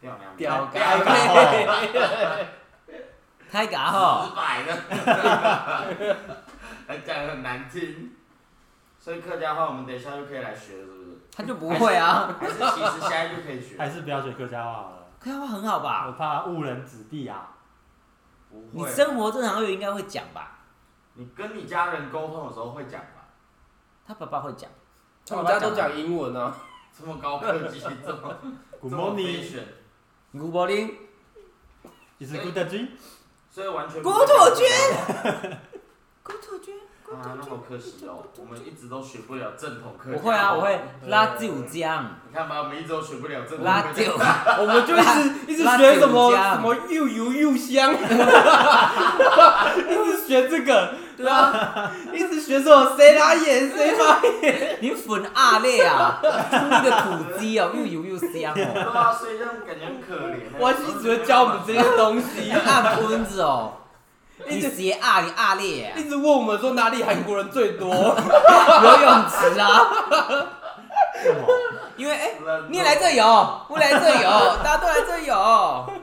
漂亮，
屌
屌
干
哦
妹，
开嘎吼，
直白的， <laughs> 还讲得很难听。所以客家话我们等一下就可以来学，是不是？
他就不会啊。
还是其实现在就可以学？
还是不要学客家话好了，
客家话很好吧？
我怕误人子弟啊。
不
你
会，
生活正常又应该会讲吧？
你跟你家人沟通的时候会讲吧？
他爸爸会讲，
我们家都讲英文
<laughs>
啊。
这么高科技，这
<laughs>
么
Good
这么
morning,
fashion，
古柏林，
is good day。
所以完全
郭
不会
拓
讲
君
这种
古土君，古
啊，那
土
好
君，
可惜哦，我们一直都学不了正统客家。
我会啊，我。会拉酒浆，
你看吧，我们一直都学不了正统
拉
客家。
酒。
我们就一直一直学什么什么又油又香，一直 <laughs> 学这个，
对啊。
一直学什么谁拿眼谁发眼，
你粉阿类啊，出力的土鸡哦，又油又香
对
哦，
啊，所以让感觉很可怜。
我一直会教我们这些东西，
按坤子哦，你斜啊，你阿类啊，
一直问我们说哪里韩国人最多，
哦
游泳池啊，
为什么？
因为哎、
烂透
你也来这游，我来这游，大家都来这哦游，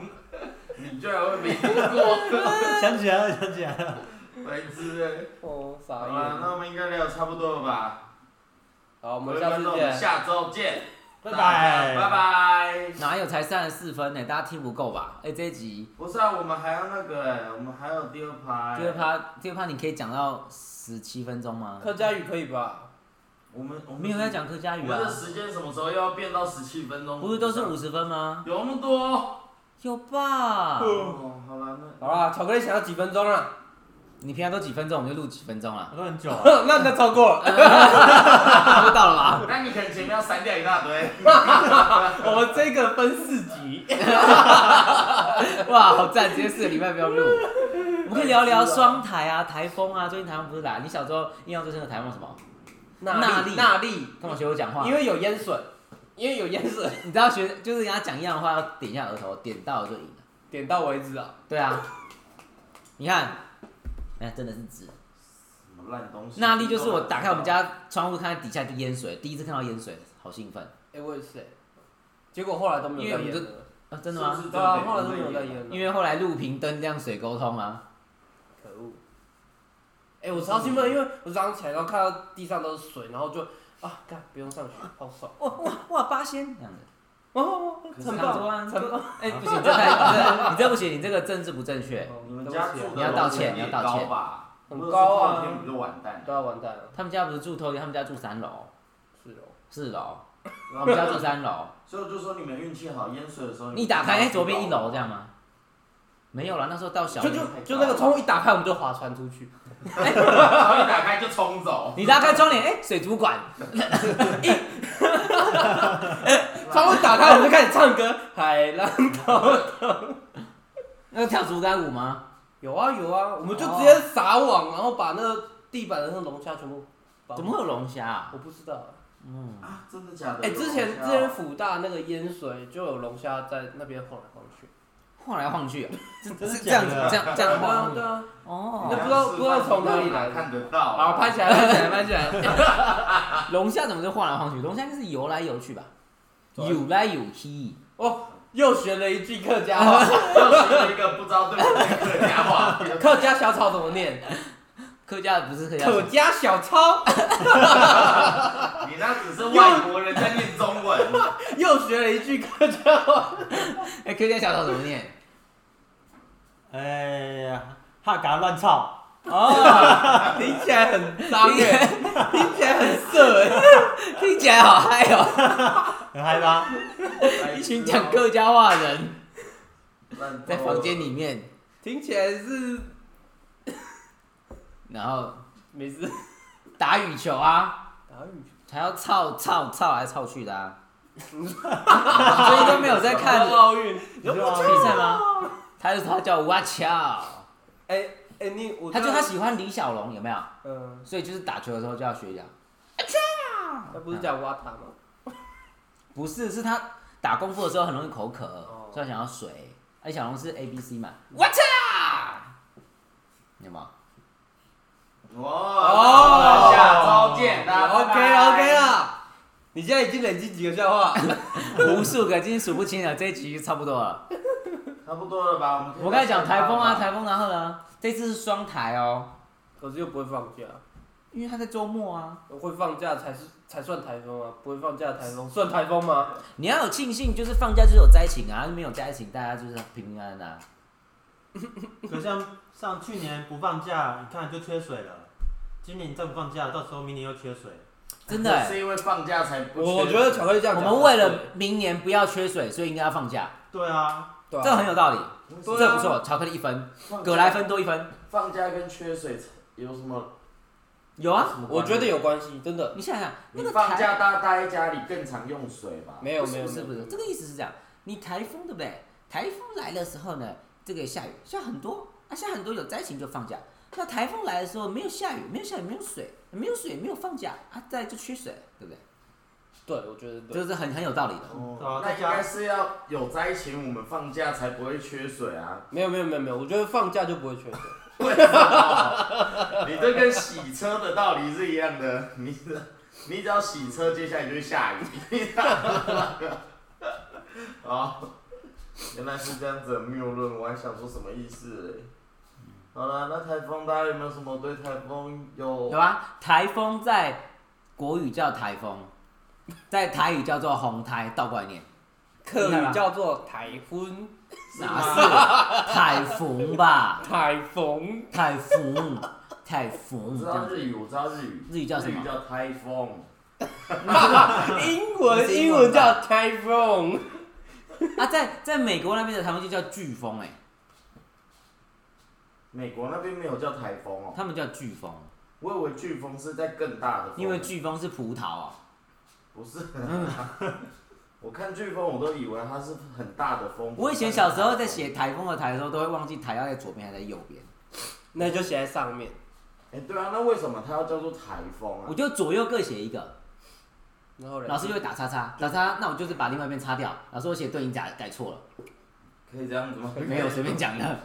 你居然会没听过，
想起来了，想起来了。
白痴欸！
哦，
好
傻
了，
眼。
那我们应该聊得差不多了吧？
好，我
我
们下次
我
见
们。下周见，
拜
大
啊
拜，
家拜。拜。
哪有才三十四分呢、大家听不够吧？哎、这一集
不是啊，我们还要那个欸，我们还有第二趴欸。
第二趴，第二趴你可以讲到十七分钟吗？
客家语可以吧？
我们我们
没有在，讲客家
我
语
们的
啊，
时间什么时候又要变到十七分钟？
不是都是五十分吗？
有那么多？
有吧？
哦，好了，那
好啦，巧克力想要几分钟啊了？
你平常都几分钟，我们就录几分钟啊，
我都很久
<laughs>
<laughs>
了。
那那超过了，
差不多到了吧？
那你可能前面要删掉一大堆。
<laughs> 我们这
<laughs>
个分四集。
哇，好赞！直接四个礼拜不要录。我们可以聊聊双台啊、台风啊。最近台风不是来？你小时候印象最深的台风是什么？
纳
粒
纳粒，
干嘛学我讲话？
因为有淹水，因为有淹水，
你知道学就是人家讲一样的话，要点一下额头，点到了就赢了。
点到为止啊。
对啊，你看，哎，真的是值。
什么烂东西？
那力就是我打开我们家窗户，看看底下就淹水，第一次看到淹水，好兴奋
哎，我也是哎，结果后来都没有再
因为我
淹
们
了。
啊！真的
是
吗？
不是
对啊，后来都没有再淹了。
因为后来录屏灯这样水沟通啊，
可恶！哎、我超兴奋，因为我早上起来然后看到地上都是水，然后就啊，干不用上学，好爽！
哇哇哇八仙这样子，
哦，
很
很
棒
棒，
啊！
很棒！
哎，不 <laughs> 行，这太你这你这不行，你这个政治不正确。
哦你们家
啊
住的
你要
楼
道歉
层也
你要道歉
高吧？
很
如
高啊
果是透天你就完蛋了。
都要啊完蛋了，
他们家不是住透天，他们家住三楼、
是哦。
四楼，
然
我
后
们家住三 <laughs> 楼。
所以我就说你们运气好，淹水的时候
你打开，哎，左边一楼这样吗？没有了，那时候到小
就
学
就就那个窗户一打开，我们就划船出去。
然 <laughs> 后一打开就冲走，
你拉开窗帘，哎、水族馆， <laughs> 哎
窗户打开，我们就开始唱歌，海浪。
那个跳竹竿舞吗？
有啊有啊，我们就直
哦
接撒网，然后把那个地板的那个龙虾全部包。
怎么会有龙虾啊？
我不知道。
嗯，
啊，真的假的？
哎、之前
有
之
龙虾
前
哦
福大那个淹水就有龙虾在那边晃来晃去。
晃来晃去、啊，是
真的
是这样
假
子，
的啊
这样这
对
样
啊
晃
对啊。
哦
那。不知道不知道从哪里来的
看得到。啊
好，拍起来，拍起来，拍
翻
起
起
来。
来，龙虾怎么就晃来晃去？龙虾就是游来游去吧，
对啊
游来游去。
哦，又学了一句客家话，
<laughs> 又是一个不知道对不对的家伙。
客家小炒怎么念？
客家不是客家，
客家小抄，
你那只是外国人在念中文，
又学了一句客家话。
哎、客家小草怎么
<laughs>
念？
哎呀，哈嘎乱操，
哦，听起来很脏欸耶，听起来很色哎。
听起来好嗨哦！
很嗨吧？
<laughs> 一群讲客家话的人在房间
里。
里面，
<laughs> 听起来是
然后
没事。
打羽球啊，
打羽
还要操操操来操去的
<laughs>
啊。所以都没有在看
看奥运，
你知道吗
比赛吗？他就他叫哇乔，
哎哎你，我
他就他喜欢李小龙有没有？
嗯，
所以就是打球的时候就要学一下。
他不是讲挖塔吗？
不是，是他打功夫的时候很容易口渴，
哦
所以他想要水。而小龙是 A B C 嘛，我操！有吗？
哦，下周见啦
OK OK。啦，你现在已经累积几个笑话？ <laughs>
无数个，已经数不清了。这一集差不多了。
差不多了吧？我们可以
我刚才讲台风啊，台风，然后呢，这次是双台哦，
可是又不会放假，
因为他在周末啊。
会放假才是才算台风啊，不会放假的台风算台风吗？
你要有庆幸，就是放假就是有灾情啊，没有灾情，大家就是平平安安啊。
可像上去年不放假，你看就缺水了。今年再不放假，到时候明年又缺水。
真的、欸，
是因为放假才不缺。
我我觉得巧克力酱
我
讲得对，
们为了明年不要缺水，所以应该要放假，
对啊，
对啊
这很有道理，
对啊
这不错。巧克力一分，
放假
葛莱芬多一分，
放假跟缺水有什么？
有啊。
我觉得有关系，真的
你想想，那
你
个
放
台
假大家待在家里更常用水吧？
没有
不
没
是
有
不是不
没有
是，这个意思是这样，你台风对不对？台风来的时候呢，这个下雨下很多，啊下很多有灾情就放假。那台风来的时候没有下雨，没有下雨没有水，没有水没有放假啊，再来就缺水，对不对？
对，我觉得对，
这是很很有道理的。
哦，那应该是要有灾情，我们放假才不会缺水啊！
没有没有没有没有，我觉得放假就不会缺水，
<laughs> 你这跟洗车的道理是一样的，你只你只要洗车，接下来就会下雨。 <laughs> 好，原来是这样子的谬论，我还想说什么意思嘞？好了，那台风大家有没有什么对台风有
有啊，台风在国语叫台风，在台语叫做红台，倒过来念，
客
厉害吧
语叫做台风
哪是台风吧？
台风，
台风，台风
我知
这样
道
子。
日语，我知道日语，
日语叫什么
日语叫台风。
英
不
文
是英
英
文
文
吧
叫台风，
啊，在在美国那边的台风就叫飓风、哎，
美国那边没有叫台风哦，
他们叫飓风，
我以为飓风是在更大的风，
因为飓风是葡萄啊、
不是。
嗯
<laughs> 我看飓风，我都以为它是很大的风。
我以前小时候在写台风和台的时候，都会忘记台要在左边还是在右边，
那就写在上面。
哎、对啊，那为什么它要叫做台风啊
我？就左右各写一个，
然后嘞
老师就会打叉叉，打叉，那我就是把另外一边擦掉。老师我写对应甲改错了，
可以这样子吗？
没有随便讲的，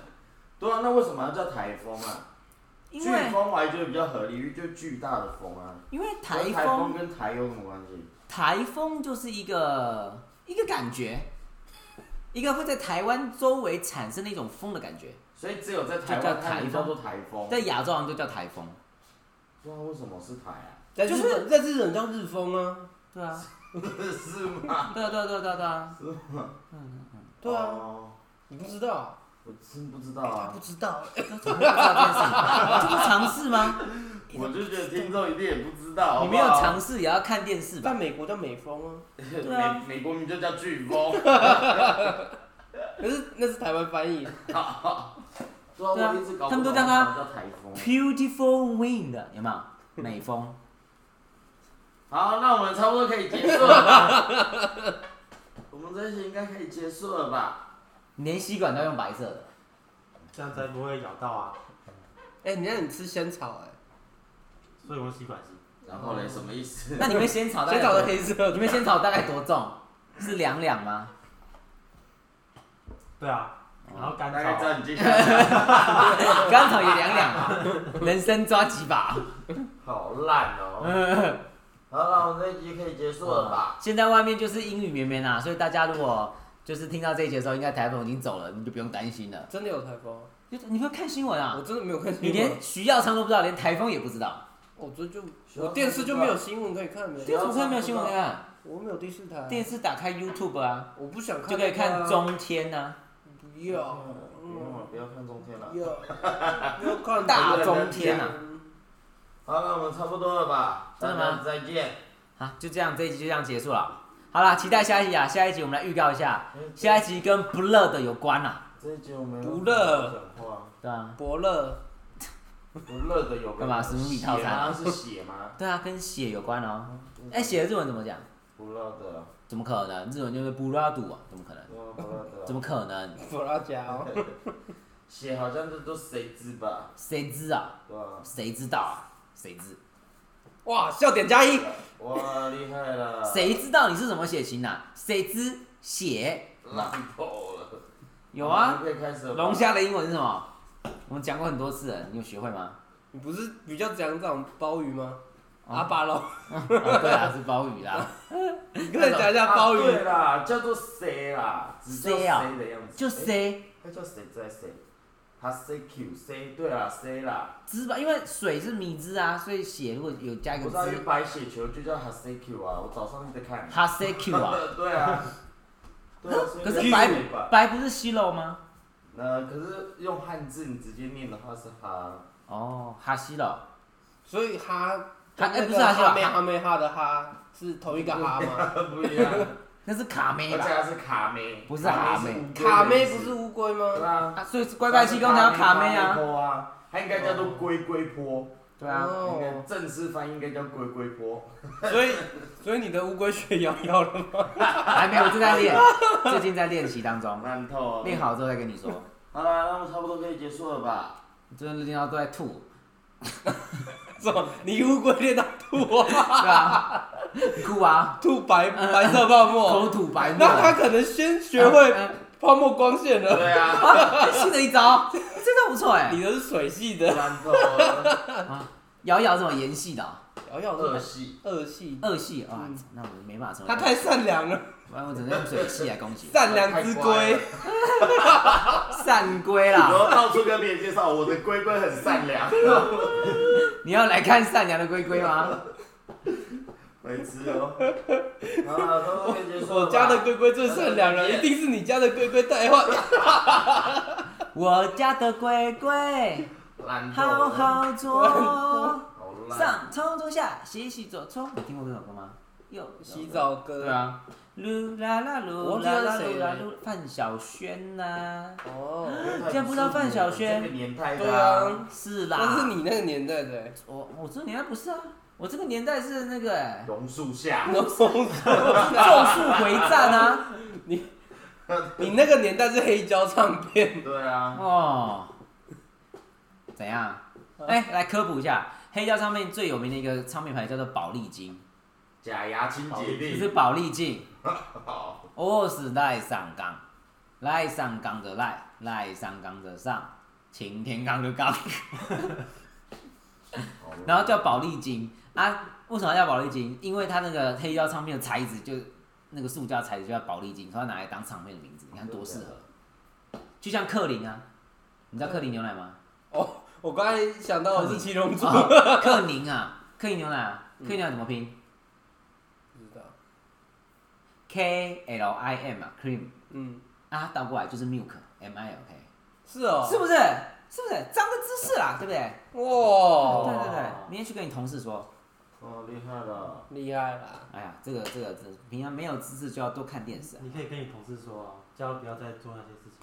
对啊，那为什么要叫台风啊？
<laughs> 因
飓
为
风我还觉得比较合理，因为就巨大的风啊。
因为
可
台
是台风
风
跟台有什么关系？
台风就是一个一个感觉，一个会在台湾周围产生的一种风的感觉，
所以只有在台湾它名叫做台风。
在亚洲好像就叫台风。
对啊，为什么是台
<laughs>
啊？
在
就
日
是
本，在日本叫日风啊。
对啊，
是吗？
对啊，对啊，对啊，对啊对啊，
对啊，
哦
你不知道？
我真不知道
他
啊
不。知道。
怎么会不知道这件事？这不啊尝试吗？
我就觉得听众一定也不知道，好
哎你
不
没有
好
尝试也要看电视
在
吧？
美国叫美风啊，
对啊
<laughs> 美美国名就叫飓风。
可是那是台湾翻译。
对啊，我一直搞不懂
他们都叫它
为什么叫台风。
Beautiful wind，有没有？美风，
好，那我们差不多可以结束了吧？我们这一期应该可以结束了吧？
你连吸管都要用白色的。
这样才不会咬到啊。
哎，你让你吃仙草，哎
所以我用吸管是
然后嘞，什么意思？
那你们仙草
哎，
大概
仙草
多
的黑色
你。们仙草大概多重？是两两吗？
对啊，
哦
然后干
大概知
燥，
道你今天
甘草也两两啊，人参抓几把。
好烂哦。好，那我们这一集可以结束了吧？
现在外面就是阴雨绵绵啊，所以大家如果就是听到这一节的时候，应该台风已经走了，你就不用担心了。
真的有台风啊？
就你会看新闻
我
啊？
真的没有看新闻。
你连徐耀昌都不知道，连台风也不知道，
我这就我电视就没有新闻可以啊看没
电视台没有新闻看，
我没有第四台。
电视打开 YouTube 啊，
啊我不想看、
就可以看。中天啊，
不要，
嗯，不要看中天了
不。要，不要看
大中天啊。
好，那我们差不多了吧？
真的
大
吗
家再见。
啊，就这样，这一集就这样结束了。好啦，期待下一集啊！下一集我们来预告一下，下一集跟不乐的有关啊。
这一集我们
不热
讲话，
对啊，
伯乐，
不热的有个
干嘛史努比套餐
血吗？是血吗？
对啊，跟血有关哦。哎、血的日文怎么讲？
不热的，
怎么可能？日文就是布拉杜啊，怎么可能？
不热的。
怎么可能？
伯拉家哦。
血好像这都谁知吧？
谁知啊？
对吧？
谁知道啊？谁知？
哇，笑点加一。
哇，厉害了！
谁知道你是什么血型啊？谁知血？
烂爆了？
有啊，
可以开始了吧
龙虾的英文是什么？我们讲过很多次了，你有学会吗？
你不是比较讲这种鲍鱼吗？阿巴龙，
啊对啊，是鲍鱼啦，
你可以讲一下鲍
啊
鱼
对。啦，叫做 C 啦，只叫 C
谁啊
的样子。
就
诶，
谁
它叫谁在谁？它 C Q C 对啦 C 啦，
知吧？因为水是米汁啊，所以血如果有加一
我
个
知道
汁
一，白血球就叫它 C Q 啊，我早上一直在看。
哈塞 Q 啊。
<laughs> 对
<laughs>
啊，对啊，所以
可是
叫
白
Q 吧
白不是西肉吗？
呃，可是用汉字你直接念的话是哈，
哦，哈西肉，
所以哈，
哈
跟那
哎
个
不是哈是吧
哈妹哈妹哈的哈是同一个
<laughs>
哈吗？
不一样，
那是卡
而
梅
且
吧？
它是卡妹，
不是哈妹
卡妹不是乌龟吗？
对啊，
啊，所以乖乖气功才要卡
妹
梅啊。
坡啊，它应该叫做龟龟坡，
对啊，
应该
哦，
正式翻译应该叫龟龟坡。
所以所以你的乌龟学瑶瑶了吗？
还没有，正在练，最近在练习当中，
烂透了
练好之后再跟你说。
好啦，那我们差不多可以结束了吧？
最近练到都在吐，
<laughs> 什么？你乌龟练到吐啊？
对啊，很酷啊，
吐白白色泡
口
沫， <laughs>
吐白沫
那。他可能先学会
嗯
泡沫光线 <laughs> 了。
对啊，
啊，新的一招，这招不错哎啊
你。的是水系的，
烂透了，
瑶瑶这种盐系的哦，
瑶瑶
恶
是
系。
二系，
恶系啊
嗯，
那我没办法成为。
他太善良 <laughs> 了，
不然我只能用水系来攻
<laughs>
击。
善良之
太乖
龟
了。
善龟
然
啦，
后到处跟别人介绍我的龟龟很善良，
<laughs> 你要来看善良的龟龟吗？
没吃哦。好了，差不多可以结束了吧
我家的龟龟最善良 <laughs> 了，一定是你家的龟龟带坏。
我家的龟龟
烂透
好
了，
好做，
好烂。
上冲冲下洗洗左冲。你听过这首歌吗？有
洗。澡歌，
对，啊。噜啦啦噜
我忘记
啦
他
啦
是谁
噜啦
了
噜，范晓萱呐，
哦，
竟然不知道范晓萱
这个年代
对
的啊，
啊，
是啦。
那是你那个年代的 <laughs> 欸，
我我这个年代不是啊，我这个年代是那个哎、
榕树下，
农松
咒
啊
术回战
<laughs>
啊。
你那个年代是黑胶唱片，
对啊，
哦，怎样？
啊
哎、来科普一下，黑胶唱片最有名的一个唱片牌叫做宝丽金，
假牙清洁
就
力，
是宝丽金，
好，
我哦是赖上岗，赖上岗的赖，赖上岗的上，擎天岗的岗，
好
然后叫宝丽金啊。为什么叫宝丽金？因为它那个黑胶唱片的材质就那个塑胶材质就叫宝丽金，所以它拿来当唱片的名字，你看多适
啊
合。就像克林啊，你知道克林牛奶吗？
哦，我刚才想到的是七龙珠，
啊克宁啊，克林牛奶啊，克林牛奶怎么拼
不知道，
？K L I M 啊，cream
嗯，
啊，倒过来就是 milk，M I L K，
是哦，
是不是？是不是？长个知识啦，对不对？
哇，
哦对对对，明天去跟你同事说，
哦，厉害了，
厉害啦！
哎呀，这个这个，这个平常没有知识就要多看电
<laughs>
视啊。
你可以跟你同事说啊，叫他不要再做那些事情。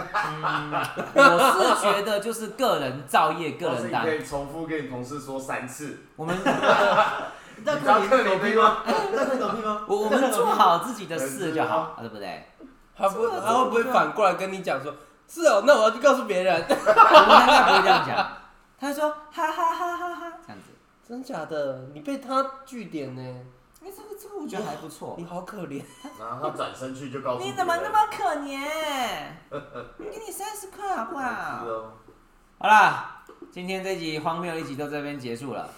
我是觉得就是个人造业，个
或哦是
人
你
担
可。以重复跟你同事说三次，
我们
你
知道克林
屁
对
吗
<laughs>
吗？
你知道克林狗屁吗？
我我们做好自己的事就
<laughs>
好，啊对不对？
他不，他会不会反过来跟你讲说，是哦，那我要去告诉别人，
我们应该不会这样讲。他说哈哈哈哈哈这样子，
<laughs> 真假的？你被他据点呢，
哎，这个这个我觉得还不错
你。好可怜。
然后他转身去就告诉
你怎么
别
那
人
么可怜？我给你三十块好不好
<laughs> 是？哦，
好啦，今天这集荒谬的一集到这边结束了，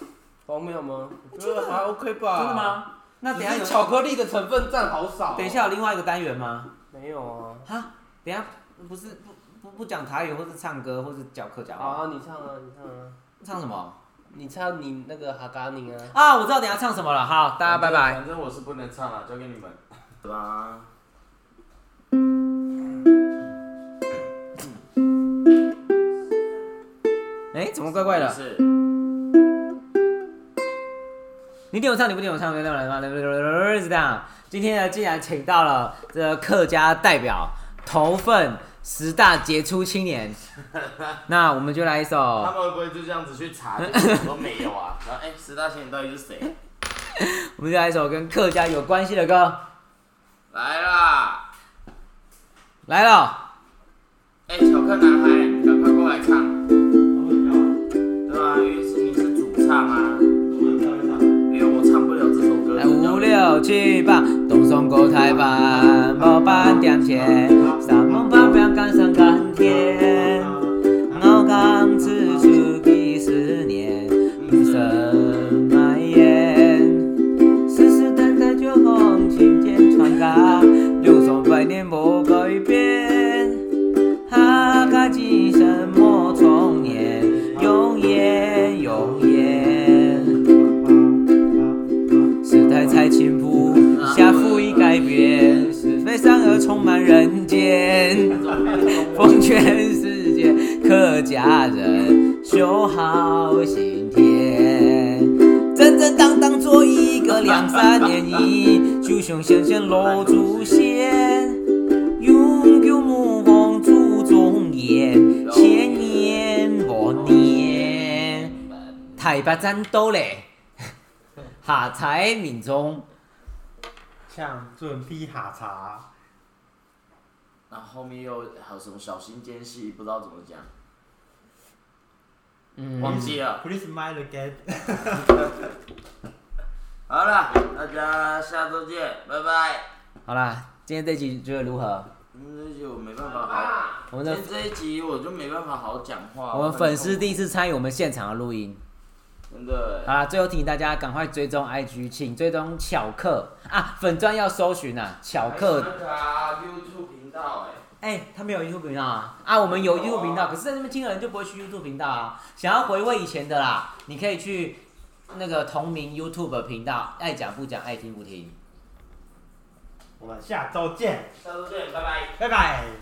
荒谬哦吗？我觉得还 OK 吧。？？
那等一下
只
有
是巧克力的成分占好少哦。
等一下有另外一个单元吗？
没有啊？
哈，等一下不是不不不讲台语，或是唱歌，或是教客家
好
话，
啊，你唱啊，你唱啊，
唱什么
你唱你那个哈嘎宁啊。
啊？我知道等一下唱什么了。好，大家拜拜。
反正我是不能唱啊了，交给你们，是吧？
哎、怎么怪怪的？
是。
你点我唱，你不点我唱，对不对？是这样。今天呢，竟然请到了这个客家代表头份十大杰出青
<laughs>
年，那我们就来一
他
首，
们会不会就这样子去查，就什么都没
<laughs>
有啊？然后哎，十大仙人到底是谁？
我们就来一首跟客家有关系的歌
来啦！
来了。
哎、巧克男孩，赶快过来唱。对啊，因为是你是主唱啊，因为我唱不了这首歌。
来五六七八，东松过台湾，毛板点钱，三梦八表干上干天。我刚自出第十年，不生埋怨，世世代代就红晴天传家，流传百年不改变。哈嘎今生莫重演，永远永远。时代才进步，下赋已改变，是非善恶充满人间。奉劝世界客家人修好心田，正正当当做一个两三年一，就像先先老祖先，永久莫忘祖宗言，千年万年。台北战斗嘞，下才民众
像准批哈茶，
然后后面又还有什么小心间隙，不知道怎么讲，
嗯
忘记了。
Please smile again。
好了，大家下周见，拜拜。
好啦，今天这集觉得如何？
嗯，这一集我没办法好，
我们的
今天这一集我就没办法好好讲话。
我们粉丝第一
地
次参与我们现场的录音。
真的
好啦，最后提醒大家赶快追踪 IG，请追踪巧克啊，粉砖要搜寻啊，巧
还
克。
有那个啊 YouTube 频道哎、
哎、他没有 YouTube 频道啊，啊，我们有
有啊
YouTube 频道，可是在那边听的人就不会去 YouTube 频道啊。想要回味以前的啦，你可以去那个同名 YouTube 频道，爱讲不讲，爱听不听。
我们下周见，
下周见，拜拜。
拜拜。